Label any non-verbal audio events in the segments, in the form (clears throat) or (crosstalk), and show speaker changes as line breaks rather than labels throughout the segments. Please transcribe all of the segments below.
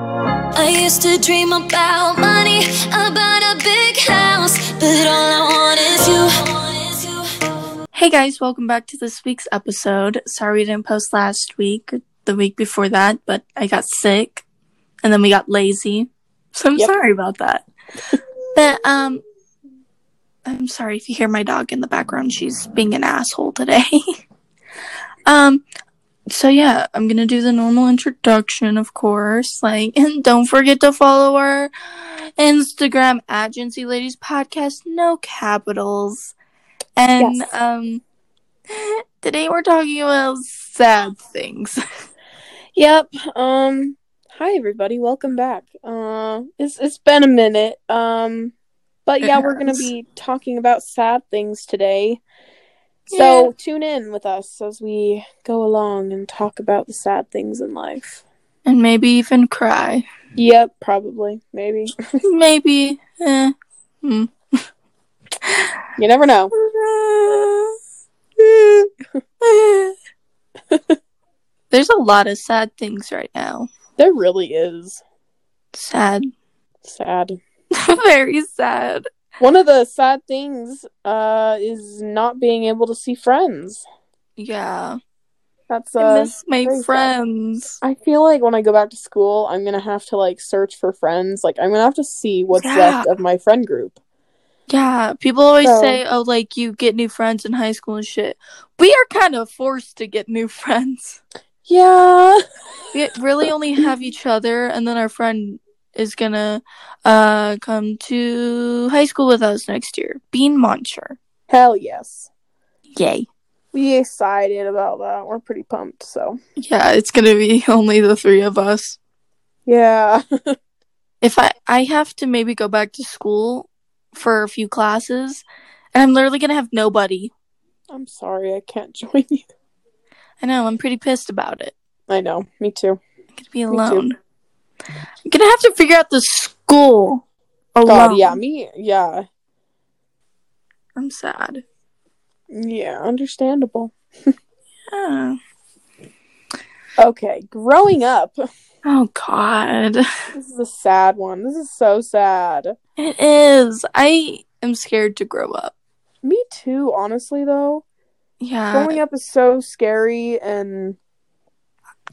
I used to dream about money, about a big house, but all I want is you.
Hey guys, welcome back to this week's episode. Sorry we didn't post last week, the week before that, but I got sick and then we got lazy. So I'm
Yep.
sorry about that. (laughs) but um I'm sorry if you hear my dog in the background. She's being an asshole today. (laughs) um so yeah, I'm going to do the normal introduction, of course. Like (laughs) and don't forget to follow our Instagram at Agency Ladies Podcast, no capitals. And
Yes.
um (laughs) today we're talking about sad things. (laughs)
Yep. Um hi everybody, welcome back. Uh it's it's been a minute. Um but
It
yeah, we're going to
has.
be talking about sad things today. So tune in with us as we go along and talk about the sad things in life.
and maybe even cry. (laughs)
Yep, probably. Maybe.
maybe. Eh.
You
(laughs)
never know.
There's a lot of sad things right now.
There really is
Sad. (laughs)
sad.
Very sad.
One of the sad things uh is not being able to see friends.
Yeah.
That's
I
uh
miss my
very sad.
friends.
I feel like when I go back to school, I'm gonna have to like search for friends. Like I'm gonna have to see what's
Yeah.
left of my friend group.
Yeah. People always
So-
say, oh, like you get new friends in high school and shit. We are kind of forced to get new (laughs) friends.
Yeah.
We really only have each other, and then our friend is gonna uh come to high school with us next year. Bean Muncher.
Hell yes.
Yay.
We excited about that. We're pretty pumped. So
Yeah, it's gonna be (laughs) only the three of us.
yeah.
If I I have to maybe go back to school for a few classes, and I'm literally gonna have nobody.
I'm sorry I can't (laughs) join you.
I know I'm pretty pissed about it.
I know. Me too.
I'm gonna be
too.
alone. I'm gonna have to figure out the school alone.
God. Yeah. Me. Yeah.
I'm sad.
Yeah. Understandable.
Yeah.
Okay. Growing up.
Oh God,
This is a sad one. This is so sad.
it is. I am scared to grow up.
Me too. Honestly though,
Yeah,
growing up is so scary and.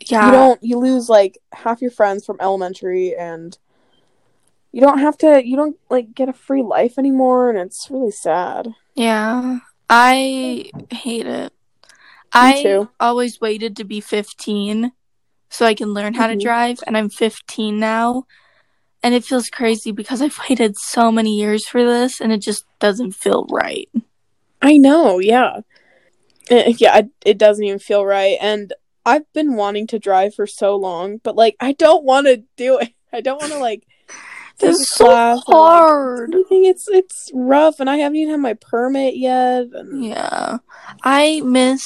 yeah.
you don't you lose like half your friends from elementary and you don't have to you don't like get a free life anymore and it's really sad
Yeah, I hate it. I
too.
always waited to be 15 so I can learn how
Mhm.
to drive, and I'm 15 now. And it feels crazy because I've waited so many years for this, and it just doesn't feel right.
i know yeah Eh, yeah it, it doesn't even feel right and i've been wanting to drive for so long but like i don't want to do it (laughs) i don't want to like take
It's
a
so
class or, like,
hard.
anything. it's it's rough and i haven't even had my permit yet and
Yeah, I miss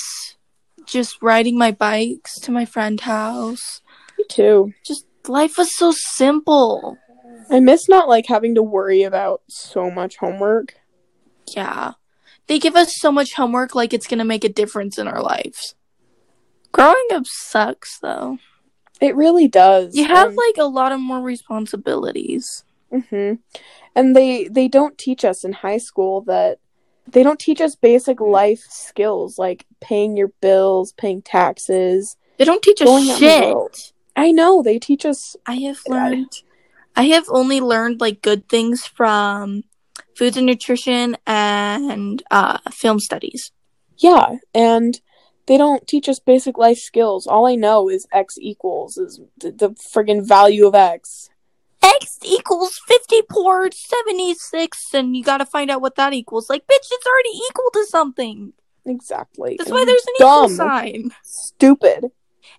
just riding my bikes to my friend's house.
me too
Just life was so simple.
i miss not like having to worry about so much homework
Yeah. They give us so much homework like it's going to make a difference in our lives. Growing up sucks though.
it really does
You have
and-
like a lot of more responsibilities.
hmm And they they don't teach us in high school that they don't teach us basic life skills like paying your bills, paying taxes.
They don't teach us
Going out in the
shit.
world. I know they teach us.
I have
Yeah.
learned I have only learned like good things from food and nutrition and uh film studies.
Yeah, and they don't teach us basic life skills. All I know is x equals is the, the friggin' value of x.
X equals 50 poured 76 and you got to find out what that equals. Like bitch, it's already equal to something.
Exactly.
That's
And
why there's an equal
dumb,
sign.
stupid.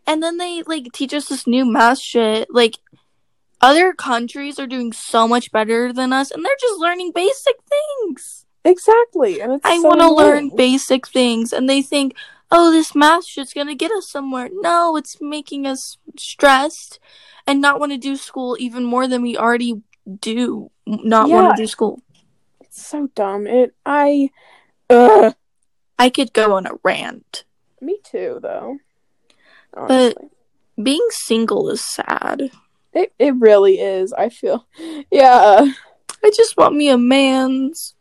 And then they like teach us this new math shit. Like other countries are doing so much better than us and they're just learning basic things.
Exactly. And it's
I
so
want to learn
annoying.
basic things and they think, "Oh, this math shit's going to get us somewhere." No, it's making us stressed and not want to do school even more than we already do not
Yeah.
want to do school.
It's so dumb. It. I. Ugh.
I could go on a rant.
Me too, though. Honestly.
Being single is sad.
It it really is. I feel, (laughs) yeah,
I just want me a man's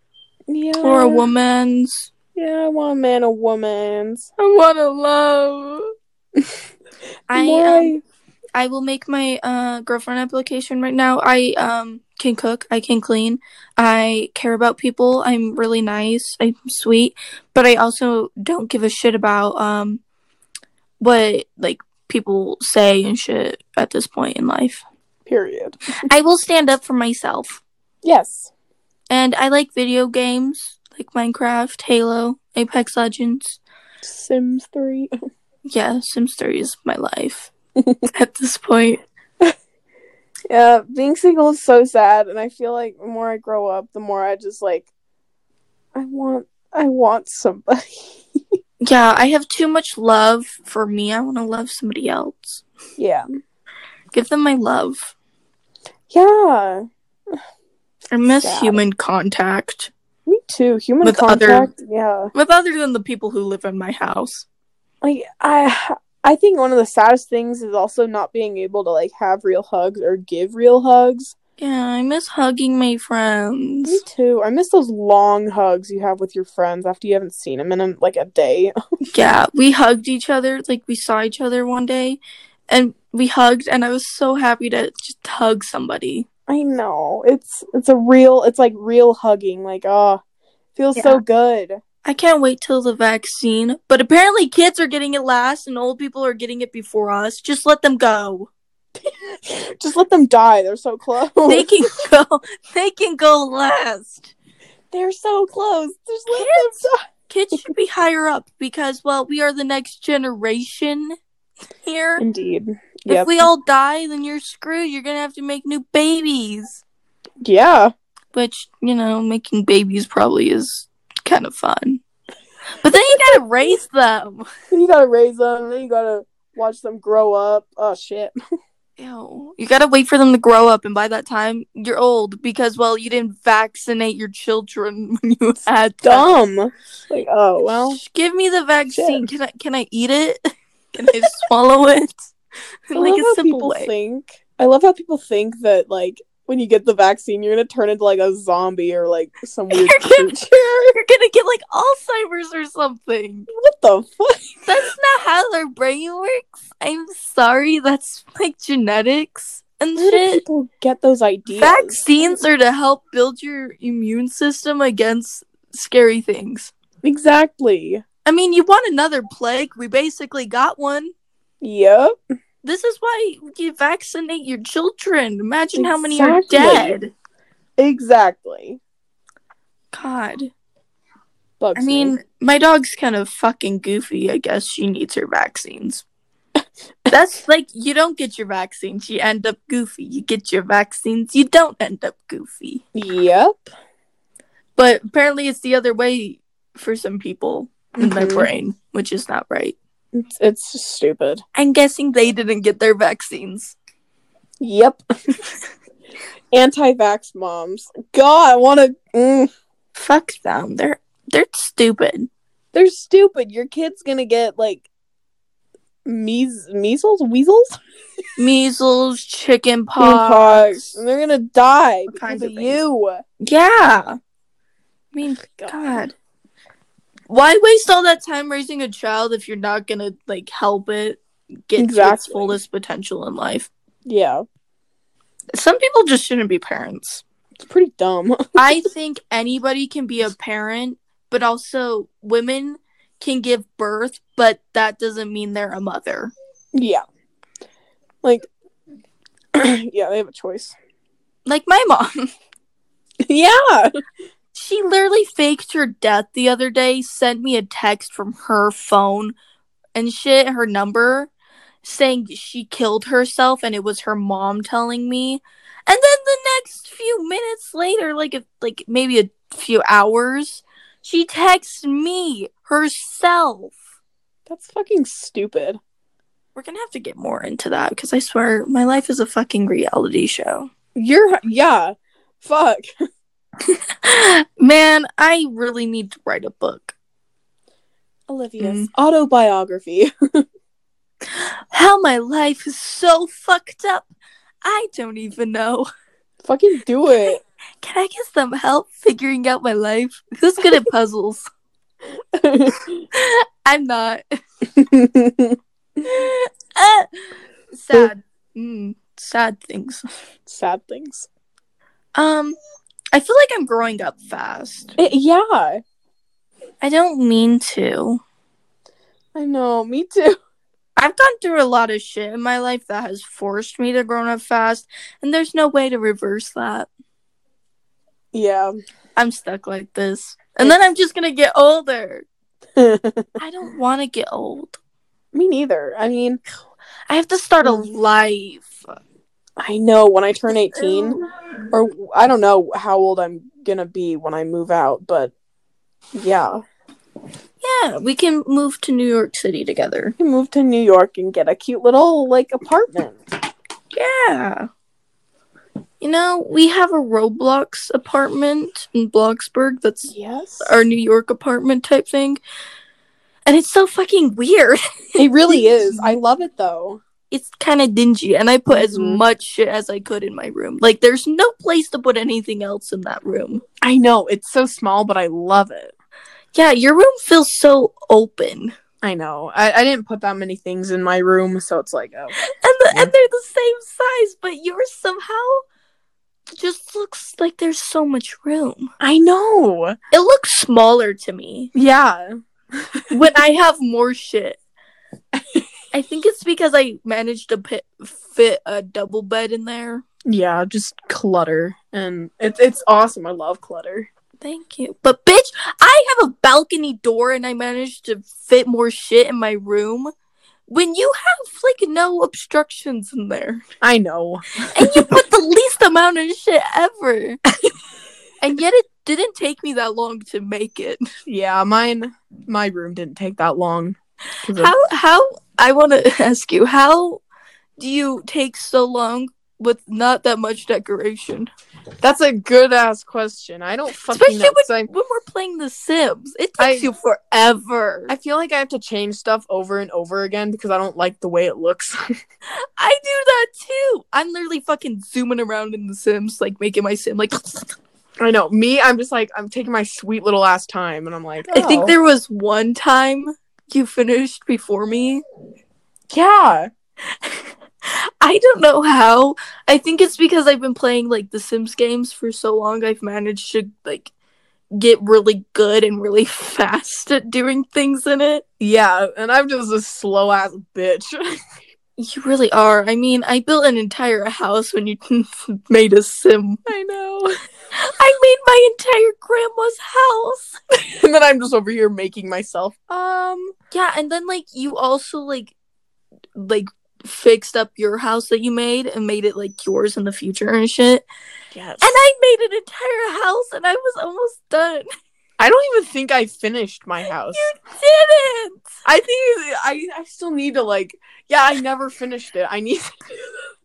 yeah,
or a woman's.
Yeah, I want a man, a woman's.
I want to love. (laughs) I um,
Why?
I will make my uh, girlfriend application right now. I um can cook. I can clean. I care about people. I'm really nice. I'm sweet, but I also don't give a shit about um what like people say and shit at this point in life.
period.
I will stand up for myself,
Yes,
and I like video games like Minecraft, Halo, Apex Legends.
Sims Three. (laughs)
Yeah, Sims 3 is my life (laughs) at this point.
Yeah, being single is so sad, and I feel like the more I grow up, the more I just like, I want, I want somebody. (laughs)
Yeah, I have too much love for me. I want to love somebody else.
yeah,
Give them my love.
yeah.
I miss
Sad.
human contact
Me too. Human
With other-
contact. Yeah.
with other than the people who live in my house.
Like I I think one of the saddest things is also not being able to like have real hugs or give real hugs.
Yeah, I miss hugging my
Me (laughs)
friends.
too. I miss those long hugs you have with your friends after you haven't seen them in um, like a day. (laughs)
Yeah, we hugged each other like we saw each other one day and we hugged and I was so happy to just hug somebody.
I know. It's it's a real it's like real hugging. Like oh, feels so good. (laughs)
I can't wait till the vaccine, but apparently kids are getting it last and old people are getting it before us. Just let them go.
Just let them die. They're so close. (laughs)
they can go they can go last
They're so close. Just let them die.
kids should be higher up because well we are the next generation here
Indeed. Yep.
if we all die then you're screwed you're gonna have to make new babies
yeah.
which you know making babies probably is kind of fun but then you gotta raise them
Then you gotta raise them. Then you gotta watch them grow up. Oh shit.
Ew. you gotta wait for them to grow up and by that time you're old because well you didn't vaccinate your children (laughs) when you
(laughs)
had them.
dumb. Like, oh well.
Just give me the vaccine. Can I can I eat it? (laughs) Can I swallow it? (laughs) In like
love
a
how
simple
people
way. (laughs)
Think, I love how people think that like when you get the vaccine, you're gonna turn into like a zombie or like
(laughs)
some weird
You're gonna-
creature.
You're gonna get like Alzheimer's or something.
what the fuck?
That's not how their brain works. I'm sorry, that's like genetics and
Where do
shit.
people get those ideas?
Vaccines are to help build your immune system against scary things.
Exactly.
I mean, you want another plague? We basically got one.
Yep.
This is why you vaccinate your children. Imagine how many are
Exactly.
dead.
Exactly.
God.
Bugs
I mean,
me.
my dog's kind of fucking goofy. I guess she needs her vaccines. (laughs) That's like you don't get your vaccines, you end up goofy. You get your vaccines, you don't end up goofy.
Yep.
But apparently, it's the other way for some people in my
Mhm.
brain, which is not right.
It's, it's just stupid.
I'm guessing they didn't get their vaccines. (laughs)
Yep. Anti-vax moms. God, I want to. Mm,
Fuck them. They're they're stupid.
they're stupid. Your kid's gonna get like meas measles, weasels.
Measles, chicken (laughs)
Chicken
pox.
pox, and they're gonna die
All
because
kinds
of
of things.
you.
Yeah. I mean,
Oh God.
God. Why waste all that time raising a child if you're not gonna like help it get to its
Exactly.
fullest potential in life?
Yeah,
Some people just shouldn't be
(laughs)
parents.
it's pretty dumb. (laughs)
I think anybody can be a parent, but also women can give birth, but that doesn't mean they're a mother.
yeah, like, (clears throat) yeah, they have a choice. (laughs)
Like my mom.
yeah,
She literally faked her death the other day, sent me a text from her phone and shit, her number, saying she killed herself and it was her mom telling me. And then the next few minutes later, like a, like maybe a few hours, she texts me herself.
that's fucking stupid.
We're gonna have to get more into that because I swear my life is a fucking reality show. (sighs)
You're yeah, fuck.
Man, I really need to write a book. Mm.
Olivia's autobiography.
how my life is so fucked up. I don't even know.
(laughs) Fucking do it.
Can I get some help figuring out my life? Who's good at puzzles? (laughs) I'm not. (laughs) Uh, sad. Mm, sad things.
(laughs) Sad things.
Um, I feel like I'm growing up fast.
Eh, yeah,
I don't mean to.
I know. Me too. (laughs)
I've gone through a lot of shit in my life that has forced me to grow up fast, and there's no way to reverse that.
Yeah. (laughs)
I'm stuck like this. And then I'm just gonna get older.
me
I don't want to get old.
neither. I mean,
I have to start a
Mm.
life.
I know when I turn 18, or I don't know how old I'm gonna be when I move out, but yeah,
Yeah, we can move to New York City together.
we move to New York and get a cute little like apartment.
Yeah. You know, we have a Roblox apartment in Bloxburg that's
Yes.
our New York apartment type thing. And it's so fucking weird. (laughs)
it (laughs) really is. I love it though.
It's kind of dingy, and I put as
Mhm.
much shit as I could in my room. Like, there's no place to put anything else in that room.
I know it's so small, but I love it.
Yeah, your room feels so open.
I know. I, I didn't put that many things in my room, so it's like, oh,
and the,
Yeah.
and they're the same size, but yours somehow just looks like there's so much room.
I know.
It looks smaller to
(laughs)
me
Yeah.
when I have more shit. I think it's because I managed to pit, fit a double bed in there.
Yeah, just clutter, and it's it's awesome. I love clutter.
Thank you. But bitch, I have a balcony door and I managed to fit more shit in my room. When you have like no obstructions in there.
I know.
and you put the least amount of shit ever. and yet it didn't take me that long to make it.
Yeah, mine. My room didn't take that long. (laughs) 'cause of-
How how I want to (laughs) ask you, how do you take so long with not that much decoration?
That's a good ass question. I don't fucking
Especially
know. 'cause I,
When we're playing The Sims, it takes
I-
you forever.
I
I,
feel like I have to change stuff over and over again because I don't like the way it looks. (laughs)
do that too. I'm literally fucking zooming around in The Sims, like making my sim like
I know. Me, I'm just like I'm taking my sweet little ass time, and I'm like,
I think
oh.
there was one time you finished before me.
yeah,
I don't know how. I think it's because I've been playing like the Sims games for so long. I've managed to like get really good and really (laughs) fast at doing things in it.
yeah, and I'm just a slow ass bitch. (laughs)
You really are. I mean, I built an entire house when you (laughs) made a sim.
I know.
I made my entire grandma's house.
and then I'm just over here making myself. Um,
Yeah, and then like you also like like fixed up your house that you made and made it like yours in the future and shit.
yes.
And I made an entire house and I was almost done.
I don't even think I finished my house.
didn't.
I think I, I still need to like. Yeah, I never finished it. I need. (laughs)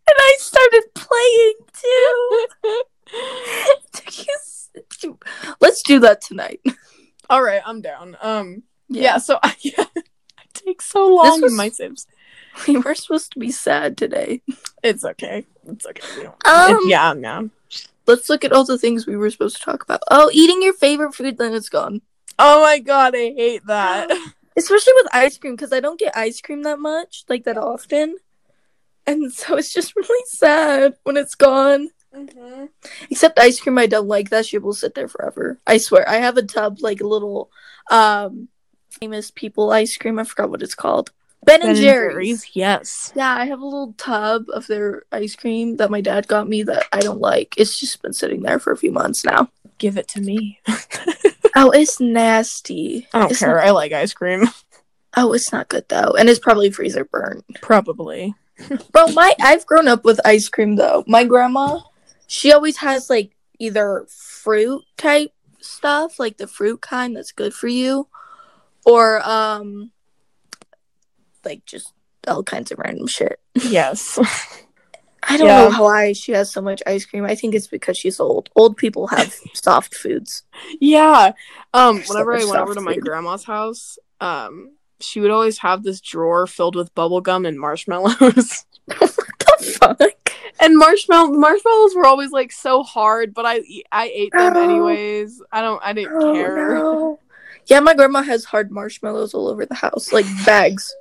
And I started playing too. (laughs) Took you s- to- Let's do that tonight.
All right, I'm down. Um, yeah. so (laughs) I, yeah, I take so
This
long
was-
in my sims.
(laughs) We were supposed to be sad today.
It's okay. It's okay. We don't-
Um,
it- yeah, yeah.
Let's look at all the things we were supposed to talk about. Oh, eating your favorite food, then it's gone.
Oh my god, I hate that.
um,
(laughs)
Especially with ice cream, because I don't get ice cream that much, like that often. And so it's just really sad when it's gone.
mm-hmm.
Except ice cream, I don't like. That shit will sit there forever. I swear. I have a tub like a little um famous people ice cream. I forgot what it's called. Ben, and Jerry's.
yes.
Yeah, I have a little tub of their ice cream that my dad got me that I don't like. It's just been sitting there for a few months now.
Give it to me.
Oh, it's nasty.
I don't
It's
care.
not-
I like ice cream. (laughs)
oh, it's not good though, and it's probably freezer burnt.
Probably.
Bro, my I've grown up with ice cream though. My grandma, she always has like either fruit type stuff, like the fruit kind that's good for you, or um like just all kinds of random shit.
Yes. (laughs)
I don't
Yeah.
know why she has so much ice cream. I think it's because she's old. Old people
(laughs)
have soft foods.
yeah. Um,
There's so
whenever I
much
went over
soft
to my
food.
grandma's house, um, she would always have this drawer filled with bubble gum and marshmallows.
What the fuck?
(laughs) And marshmallow marshmallows were always like so hard, but I e, I ate them
Oh.
anyways. I don't I didn't
Oh,
care.
no. Yeah, my grandma has hard marshmallows all over the house, like bags.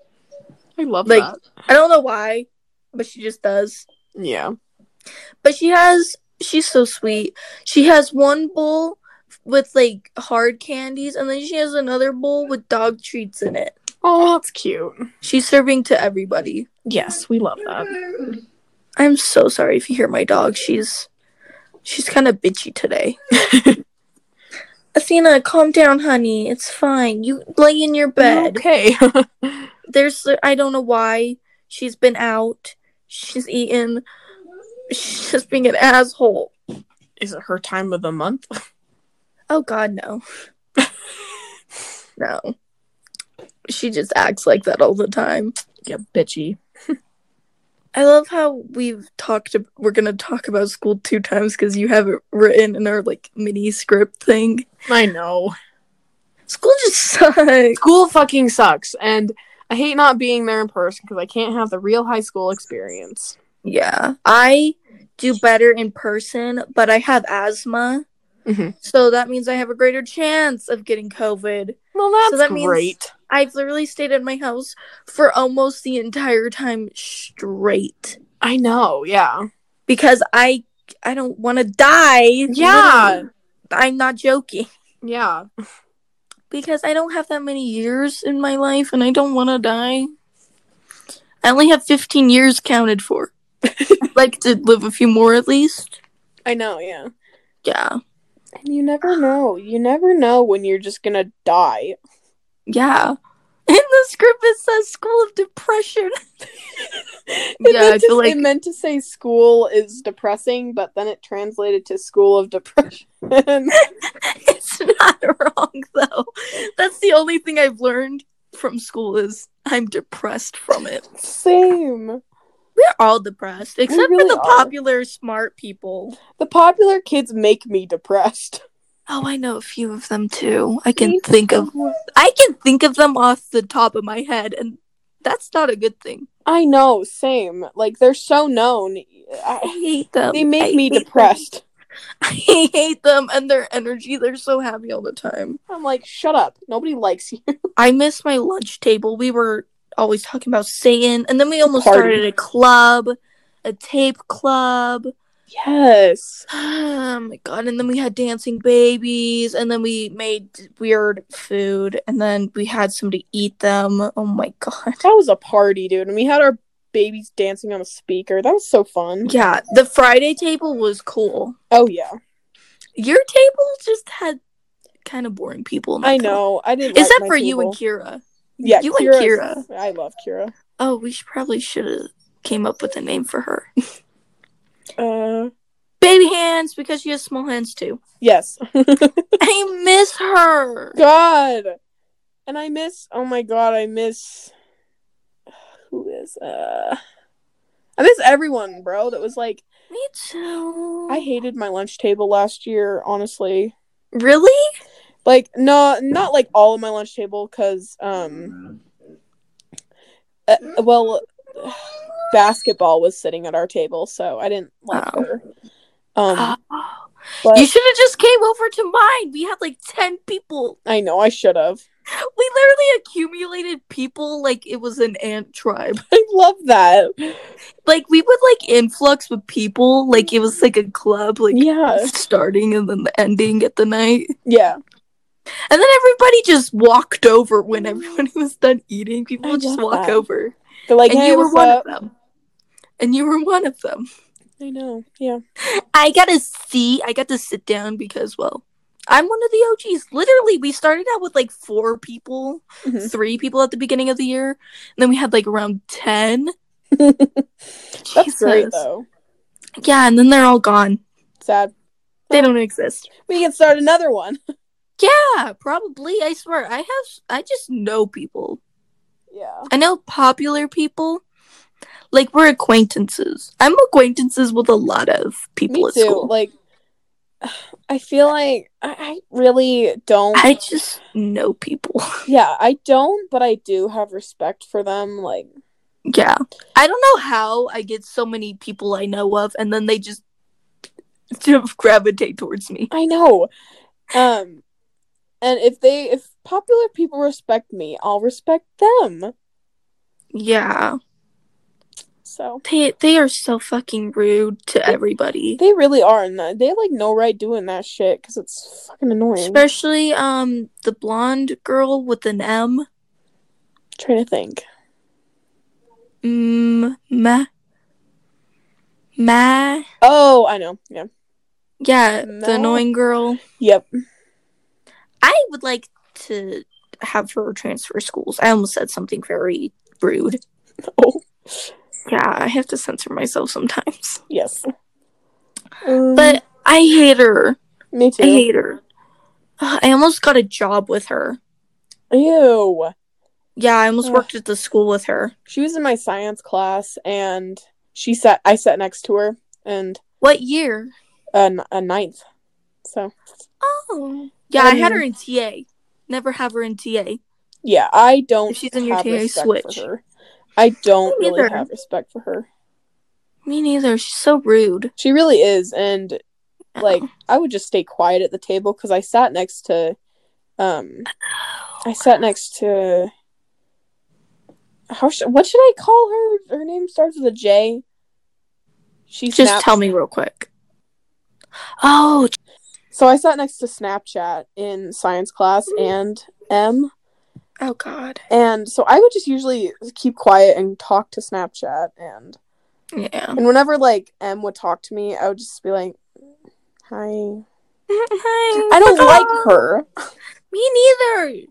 I love
Like-
that.
I don't know why, but she just does.
Yeah.
But she has, she's so sweet. She has one bowl with like hard candies, and then she has another bowl with dog treats in it.
Oh, that's cute.
She's serving to everybody.
Yes, we love that.
I'm so sorry if you hear my dog. She's she's kind of bitchy today. Athena, calm down, honey. It's fine. You lay in your bed.
(laughs) Okay.
There's I don't know why she's been out. She's eaten. She's just being an asshole.
Is it her time of the month? (laughs)
Oh God, no. no. She just acts like that all the time.
Yeah, bitchy.
I love how we've talked. ab- We're gonna talk about school two times because you have it written in our like mini script thing.
I know.
School just (laughs) sucks.
School fucking sucks and I hate not being there in person because I can't have the real high school experience.
Yeah. I do better in person, but I have asthma.
Mhm.
So that means I have a greater chance of getting COVID.
Well, that's
So that means-
great.
I've literally stayed at my house for almost the entire time straight
I know. Yeah.
because I I don't want to die.
Yeah.
I'm not joking
Yeah.
because I don't have that many years in my life and I don't want to die. I only have 15 years counted for. (laughs) I'd like to live a few more at least.
I know. Yeah.
Yeah.
And
(sighs)
you never know. You never know when you're just gonna die. (laughs)
Yeah. In the script, it says school of depression. (laughs)
It
Yeah,
meant
I
to-
feel like-
it meant to say school is depressing, but then it translated to school of depression. (laughs)
it's not (laughs) wrong, though. That's the only thing I've learned from school is I'm depressed from it.
Same.
We're all depressed, except
really
for the
are.
popular smart people.
The popular kids make me depressed. (laughs)
Oh, I know a few of them too. I can
Me
think of I can think of them off the top of my head, and that's not a good thing.
I know. Same. Like they're so known.
I
I,
hate them.
they
I
make me
hate them.
depressed.
(laughs) I hate them and their energy. They're so happy all the time.
I'm like, shut up. Nobody
(laughs)
likes you.
I miss my lunch table. We were always talking about Satan, and then we almost
party.
started a club, a tape club. (sighs)
Yes.
Oh my god! And then we had dancing babies, and then we made weird food, and then we had somebody eat them. Oh my (laughs) god!
That was a party, dude. And we had our babies dancing on a speaker. That was so fun.
Yeah, the Friday table was cool.
Oh yeah.
Your table just had kind of boring people. in that
I
cup.
know. I didn't.
except
like my
for you and
table.
Kira.
yeah,
you and
Kira's- I love Kira.
Oh, we should probably should have came up with a name for her. (laughs)
Uh,
Baby hands because she has small hands too. (laughs)
yes.
I miss her.
God, and I miss. Oh my God, I miss. Who is? Uh, I miss everyone, bro. That was like
Me too.
I hated my lunch table last year. Honestly,
really?
like no, not like all of my lunch table, cause um, uh, well, basketball was sitting at our table, so I didn't like
Oh.
her. Um,
Oh.
but
you should have just came over to mine. We had like ten people.
I know I should have. (laughs)
We literally accumulated people like it was an ant tribe.
I love that.
Like we would like influx with people. Like it was like a club. Like
Yeah.
starting and then the ending at the night.
Yeah.
And then everybody just walked over when everybody (laughs) was done eating. People
I
would just
love
walk
that.
over.
They're like,
and
hey,
you were
what's
one
up?
of them. And you were one of them.
I know.
(laughs)
Yeah.
I got to see, I got to sit down because, well, I'm one of the OGs. Literally, we started out with like four people,
Mhm.
three people at the beginning of the year. And then we had like around 10.
That's great,
Jesus.
though.
Yeah, and then they're all gone.
Sad.
They don't exist.
We can start another one.
Yeah, probably. I swear. I have, I just know people.
Yeah.
I know popular people. Like we're acquaintances. I'm acquaintances with a lot of people
(laughs) Me
at
too.
school.
Like, I feel like I, I really don't.
I just know people. (laughs)
yeah, I don't, but I do have respect for them. Like,
Yeah. I don't know how I get so many people I know of and then they just (laughs) gravitate towards me.
I know. Um and if they if popular people respect me, I'll respect them.
Yeah.
So
They they are so fucking rude to everybody.
they really are and they have, like no right doing that shit cuz it's fucking annoying.
Especially um the blonde girl with an M.
trying to think.
Mm, ma. Ma.
Oh, I know. Yeah.
Yeah,
Ma-
the annoying girl.
Yep.
I would like to have her transfer schools. I almost said something very rude.
(laughs) Oh.
Yeah, I have to censor myself sometimes.
Yes. Um,
But I hate her.
me too.
I hate her. Ugh, I almost got a job with her.
Ew.
Yeah, I almost
Ugh.
worked at the school with her.
She was in my science class, and she sat. I sat next to her, and
What year?
a, n- a ninth. So
Oh. Yeah, I had her in TA. Never have her in TA.
yeah, I don't.
If she's in your
have
TA,
respect
switch.
For her. I don't
Me
really
neither.
have respect for her.
Me neither. She's so rude.
She really is, and
Oh.
like I would just stay quiet at the table because I sat next to, um, I sat next to. How sh- what should I call her? Her name starts with a J. She
just
snaps-
tell me real quick. Oh,
So I sat next to Snapchat in science class and M.
oh God.
And so I would just usually keep quiet and talk to Snapchat and
Yeah.
and whenever like M would talk to me, I would just be like, "Hi." I
(laughs) I (laughs) "Oh,
don't like her.
Me neither.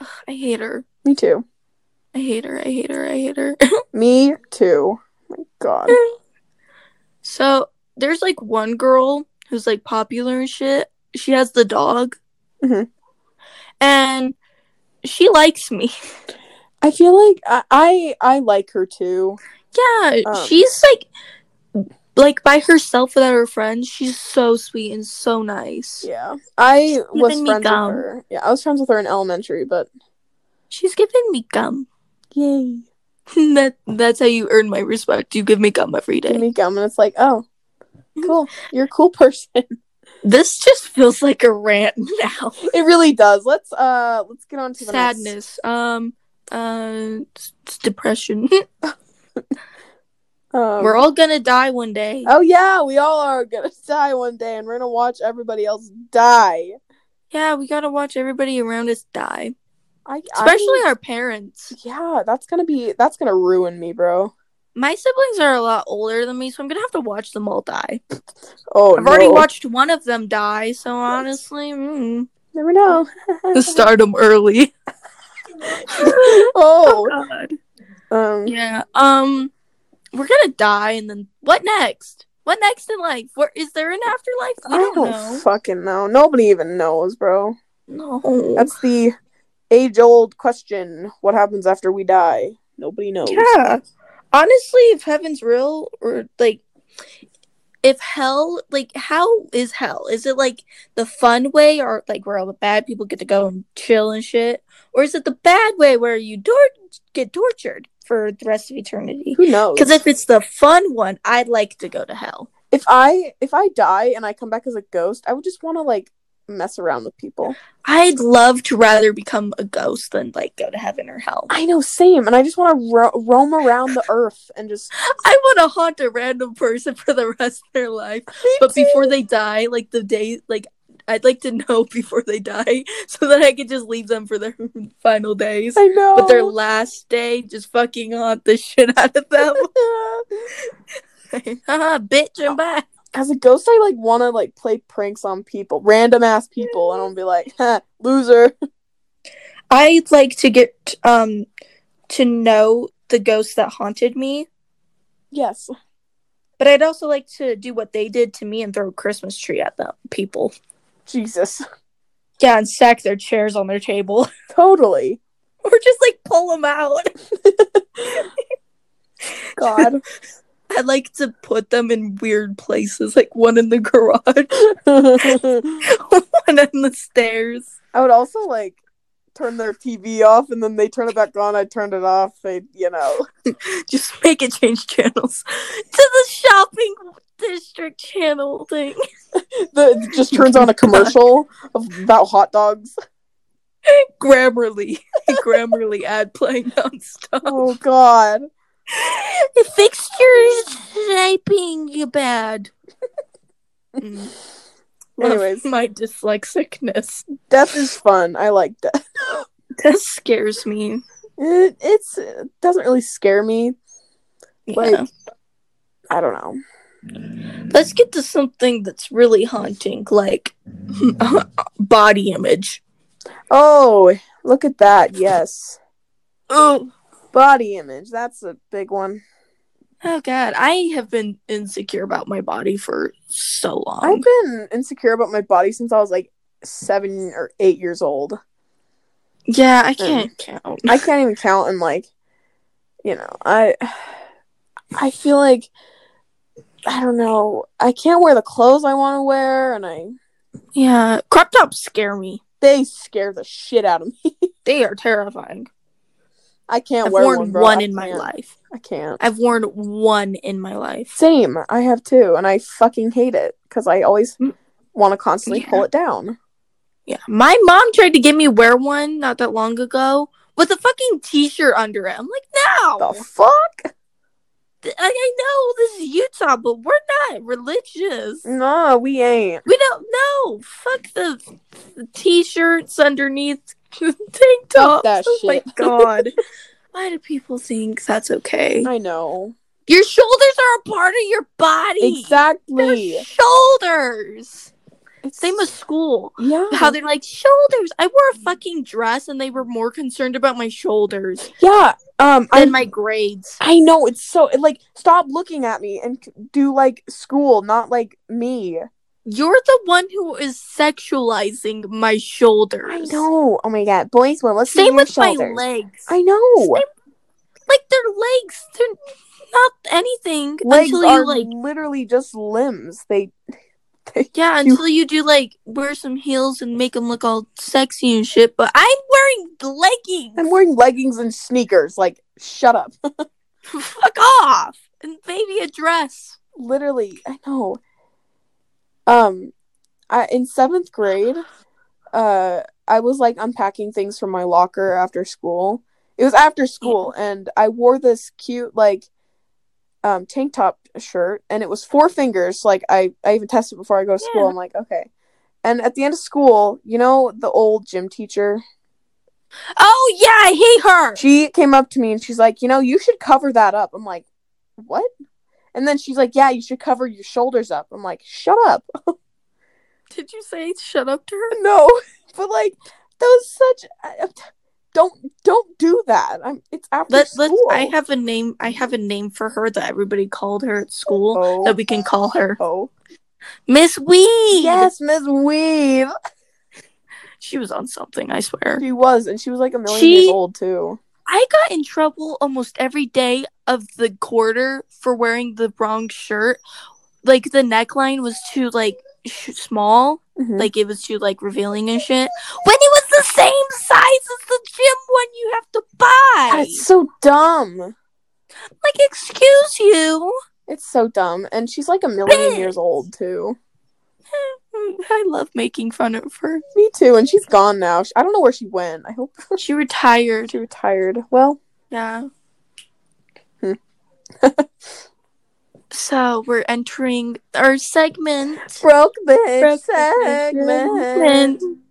Ugh, I hate her.
Me too.
I hate her. I hate her. I hate her.
Me too. Oh My god.
Um, (laughs) so there's like one girl who's like popular and shit. She has the dog, Mm-hmm.
Mhm.
and she likes me. (laughs)
I feel like I I, I like her too.
Yeah,
Um.
she's like, like by herself without her friends. She's so sweet and so nice.
Yeah. I was
giving
friends
me
with
gum.
her. Yeah, I was friends with her in elementary, but
She's giving me gum.
yay.
(laughs) that that's how you earn my respect. You give me gum every day.
Give me gum and it's like, "Oh, cool. You're a cool person."
this just feels like a rant (laughs) now.
It really does. Let's uh let's get on to the next-
sadness um uh s- s- depression (laughs)
Um,
we're all gonna die one day
Oh yeah, we all are gonna (laughs) die one day, and we're gonna watch everybody else die.
yeah we gotta watch everybody around us die
I
especially
I-
our parents
yeah, that's gonna be that's gonna ruin me, bro.
my siblings are a lot older than me so i'm gonna have to watch them all die
Oh,
i've already
no.
watched one of them die so honestly mm,
Never know.
start them early
(laughs)
(laughs)
oh,
god
um,
yeah um we're gonna die and then what next what next in life where is there an afterlife we
I
don't,
don't
know
fucking know. Nobody even knows, bro.
no
That's the age-old question: What happens after we die? Nobody knows.
Yeah. Honestly, if heaven's real or like if hell like how is hell? Is it like the fun way or like where all the bad people get to go and chill and shit? Or is it the bad way where you tor- get tortured for the rest of eternity?
Who knows?
Because if it's the fun one, I'd like to go to hell.
if I if I die and I come back as a ghost, I would just want to like mess around with people.
I'd love to rather become a ghost than like go to heaven or hell.
I know, same. And I just want to ro- roam around the earth and (laughs) just.
I want to haunt a random person for the rest of their life. But before they die, like the day, like I'd like to know (laughs) before they die so that I could just leave them for their (laughs) final days.
(laughs) I know. (laughs)
But their last day, just fucking haunt the (laughs) shit out of them. Haha, bitch, I'm back.
As a ghost, I like want to like play pranks on people, random ass people, and I'll be like, "Huh, loser.
I'd like to get um to know the ghosts that haunted me,
(laughs) Yes.
but I'd also like to do what they did to me and throw a Christmas tree at them people.
Jesus. (laughs)
Yeah, and stack their chairs on their table, (laughs)
Totally.
or just like pull them out.
(laughs) God.
I like to put them in weird places, like one in the garage, (laughs)
I
one on the stairs.
would also like turn their TV off and then they turn it back on. I turned it off. They, you know,
Just make it change channels (laughs) to the shopping district channel thing.
the, it just turns on a commercial of, about hot dogs.
Grammarly, (laughs) Grammarly ad playing nonstop.
Oh God.
The fixture is typing (laughs) bad. Mm. Love
Anyways,
my dyslexicness.
death is fun. I like death.
That scares me.
It, it's it doesn't really scare me. Like-
Yeah.
I don't know.
Let's get to something that's really haunting, like (laughs) body image.
Oh, look at that. Yes.
Oh,
Body image. That's a big one.
oh God! I have been insecure about my body for so long.
I've been insecure about my body since I was like seven or eight years old.
yeah, I can't count.
I can't even count and like you know, I I feel like I don't know. I can't wear the clothes I want to wear and I
Yeah, crop tops scare me.
they scare the shit out of me. (laughs)
They are terrifying.
I can't
I've
wear
worn one,
one, bro. I
in my
can't.
life.
I can't.
I've worn one in my life.
Same. I have two and I fucking hate it cuz I always
Mm.
want to constantly
Yeah.
pull it down.
Yeah, my mom tried to get me wear one not that long ago with a fucking t-shirt under it. I'm like, no.
The fuck?
Th- I, I know this is Utah, but we're not religious.
No, we ain't.
We don't know. Fuck the, the t-shirts underneath (laughs) tank
Fuck
tops.
that
oh my
shit. (laughs)
god. Why do people think that's okay?
I know.
Your shoulders are a part of your body.
Exactly.
Your shoulders.
It's
Same as school.
yeah.
How they're like shoulders. I wore a fucking dress, and they were more concerned about my shoulders
yeah. Um
than
I
my grades.
I know it's so it, like stop looking at me and c- do like school, not like me.
You're the one who is sexualizing my shoulders.
I know. Oh my god, boys will listen
Same
to your
with my
shoulders.
legs.
I know.
like their legs. They're not anything
Legs
until
are
you like.
literally just limbs. They
Yeah,
you-
until you do like wear some heels and make them look all sexy and shit. But I'm wearing leggings.
I'm wearing leggings and sneakers. Like shut up.
(laughs) Fuck off and maybe a dress.
literally, I know. Um, I in seventh grade, uh, I was like unpacking things from my locker after school. It was after school, and I wore this cute like um tank top shirt, and it was four fingers. Like I, I even tested before I go to school.
Yeah.
I'm like, okay. And at the end of school, you know the old gym teacher.
Oh yeah, I hate her.
She came up to me and she's like, you know, you should cover that up. I'm like, what? And then she's like, yeah, you should cover your shoulders up. I'm like, shut up. (laughs)
Did you say shut up to her?
No, but like that was such. I- I- Don't don't do that. I'm. It's after
Let let
school.
I have a name. I have a name for her that everybody called her at school
Oh,
that we can call her
oh.
Miss Weed.
Yes, Miss Weave.
she was on something. I swear.
She was, and she was like a million
She-
years old too.
I got in trouble almost every day of the quarter for wearing the wrong shirt. Like the neckline was too like sh- small,
Mhm.
like it was too like revealing and shit. When it was the same size as the gym one you have to buy.
God, it's so dumb.
Like, excuse you. (laughs)
It's so dumb, and she's like a million years old too.
I love making fun of her.
Me too, and she's gone now. She- I don't know where she went. I hope
She retired.
she retired. Well,
Yeah.
Hmm.
so we're entering our segment.
broke bitch
Broke bitch
segment. (laughs)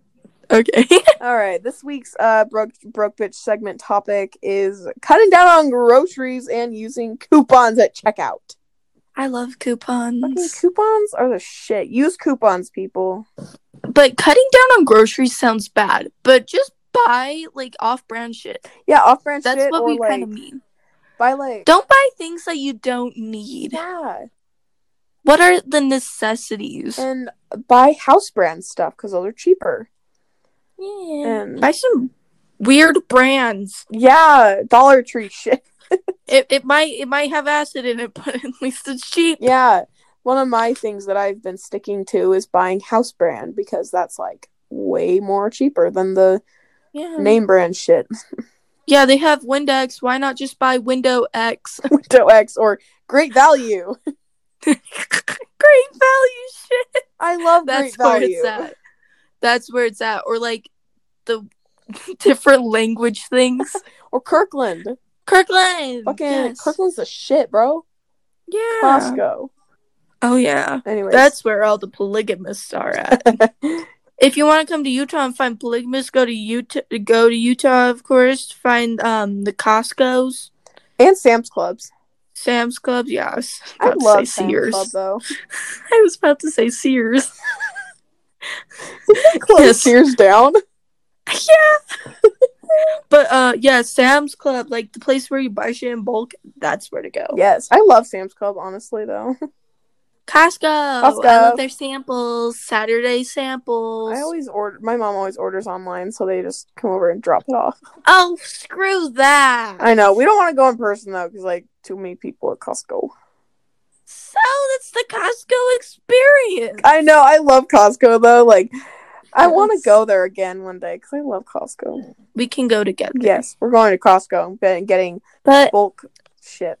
Okay.
All right, this week's uh broke broke bitch segment topic is cutting down on groceries and using coupons at checkout.
I love
Fucking
coupons.
coupons are the shit. Use coupons, people.
But cutting down on groceries sounds bad, but just buy like off brand shit.
Yeah, off brand
That's
shit
what
or
we
like
kind of mean.
buy like
Don't buy things that you don't need.
yeah,
What are the necessities?
and buy house brand stuff because those are cheaper.
Yeah.
And
Buy some weird brands.
yeah, Dollar Tree shit. (laughs)
It, it might it might have acid in it, (laughs) but at least it's cheap.
Yeah, one of my things that I've been sticking to is buying house brand because that's like way more cheaper than the
Yeah.
Name brand shit. (laughs)
Yeah, they have Windex. Why not just buy Window X? (laughs)
Window X or Great Value.
Great value shit.
I love
(laughs) That's
Great
where
Value.
it's at. That's where it's at. Or like the (laughs) different language things.
(laughs) Or Kirkland.
Kirkland.
Fucking
Yes.
Kirkland's the shit, bro.
Yeah.
Costco.
Oh yeah.
Anyways.
That's where all the polygamists are
(laughs)
at. if you want to come to Utah and find polygamists, go to Utah. Go to Utah, of course. Find um the Costco's,
and Sam's Clubs.
Sam's Clubs. Yeah, I was
I
about to
love
say
Sam's
Sears.
Club though.
(laughs)
(laughs)
I was about to say Sears.
Close
Yes.
Sears down.
But uh, yeah, Sam's Club, like the place where you buy shit in bulk. That's where to go.
Yes, I love Sam's Club. Honestly though,
Costco.
Costco.
I love their samples. Saturday samples.
I always order. My mom always orders online, so they just come over and drop it off.
Oh, screw that.
I know we don't want to go in person though, because like too many people at Costco.
So that's the Costco experience.
I know. I love Costco though. Like, I want
Yes.
to go there again one day because I love Costco.
we can go together.
Yes, we're going to Costco and get- getting
But
bulk shit.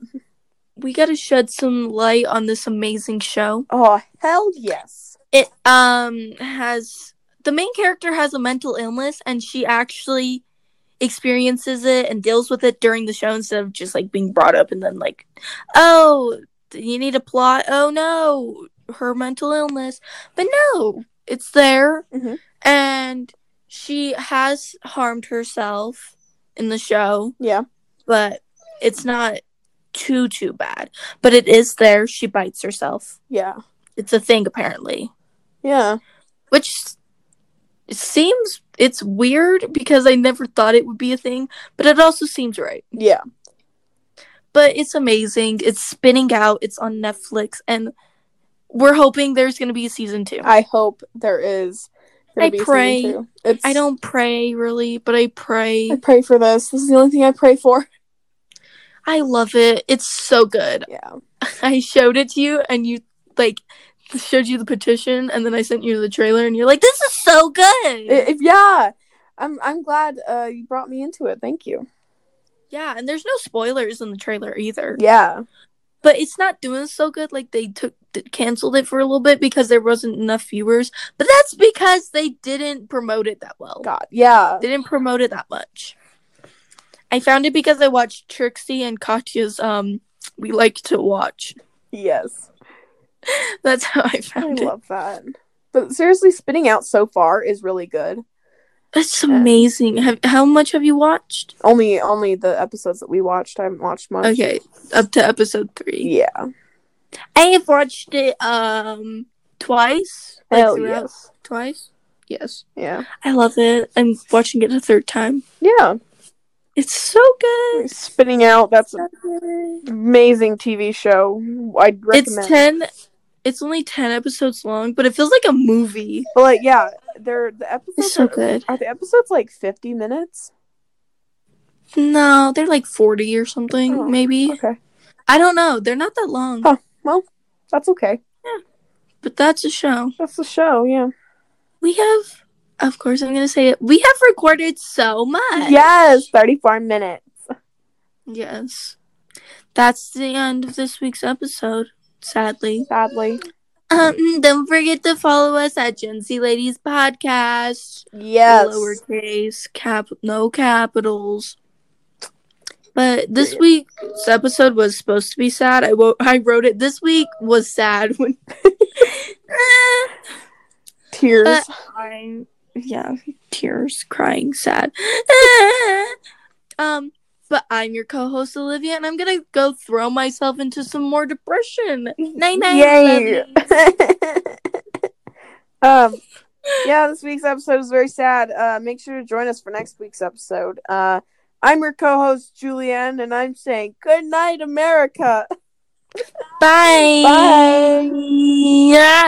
we got to shed some light on this amazing show.
Oh hell yes!
It um has the main character has a mental illness and she actually experiences it and deals with it during the show instead of just like being brought up and then like, "Oh, you need a plot. Oh no, her mental illness." But no, it's there.
Mhm.
And she has harmed herself in the show.
Yeah,
but it's not too too bad. But it is there. She bites herself.
yeah,
It's a thing apparently,
yeah.
which s- it seems it's weird because I never thought it would be a thing, but it also seems right.
Yeah,
But it's amazing. It's spinning out. It's on Netflix, and we're hoping there's going to be a season two. I,
I hope there is. gonna
I
be a season
pray.
two. It's,
don't pray really, but I
(laughs)
pray.
I pray for this. This is the only thing I pray for.
I love it. It's so good.
Yeah.
I showed it to you and you like showed you the petition and then I sent you the trailer and you're like, This is so good.
I- If, yeah. I'm I'm glad uh, you brought me into it. Thank you.
yeah, and there's no spoilers in the trailer either.
Yeah.
But it's not doing so good. Like they took d- canceled it for a little bit because there wasn't enough viewers. But that's because they didn't promote it that well.
God. Yeah.
They didn't promote it that much. I found it because I watched Trixie and Katya's um we like to watch.
Yes.
That's how I
I
found it.
love that. But seriously, spinning out so far is really good.
That's amazing. Have, how much have you watched?
Only only the episodes that we watched. I haven't watched much.
Okay, up to episode three.
Yeah.
I have watched it um twice. like,
Hell
throughout-
yes.
Twice. Yes.
Yeah.
I love it. I'm watching it a third time.
Yeah.
It's so good.
Spinning out. That's an amazing TV show. I'd recommend.
It's ten. It's only ten episodes long, but it feels like a movie.
But like, yeah, they're the episodes.
It's so
are,
good.
are the episodes like fifty minutes?
No, they're like forty or something,
Oh,
maybe.
Okay.
I don't know. They're not that long,
Huh. That's okay.
but that's a show.
That's the show. Yeah.
We have, of course, I'm gonna say it. We have recorded so much.
Yes, 34 minutes.
Yes. That's the end of this week's episode, sadly.
Sadly.
Um, don't forget to follow us at Gen Z Ladies Podcast.
Yes.
Uh, Lowercase, cap no capitals. But this week's episode was supposed to be sad. I wo- I wrote it. This week was sad when (laughs)
Tears.
Uh, crying. Yeah, tears, crying, sad. (laughs) um, but I'm your co-host Olivia, and I'm gonna go throw myself into some more depression. Night night.
Yay.
love you.
(laughs) um. Yeah, this week's episode is very sad. Uh, make sure to join us for next week's episode. Uh, I'm your co-host Julianne, and I'm saying good (laughs) night, America.
Bye.
Bye.
Yeah.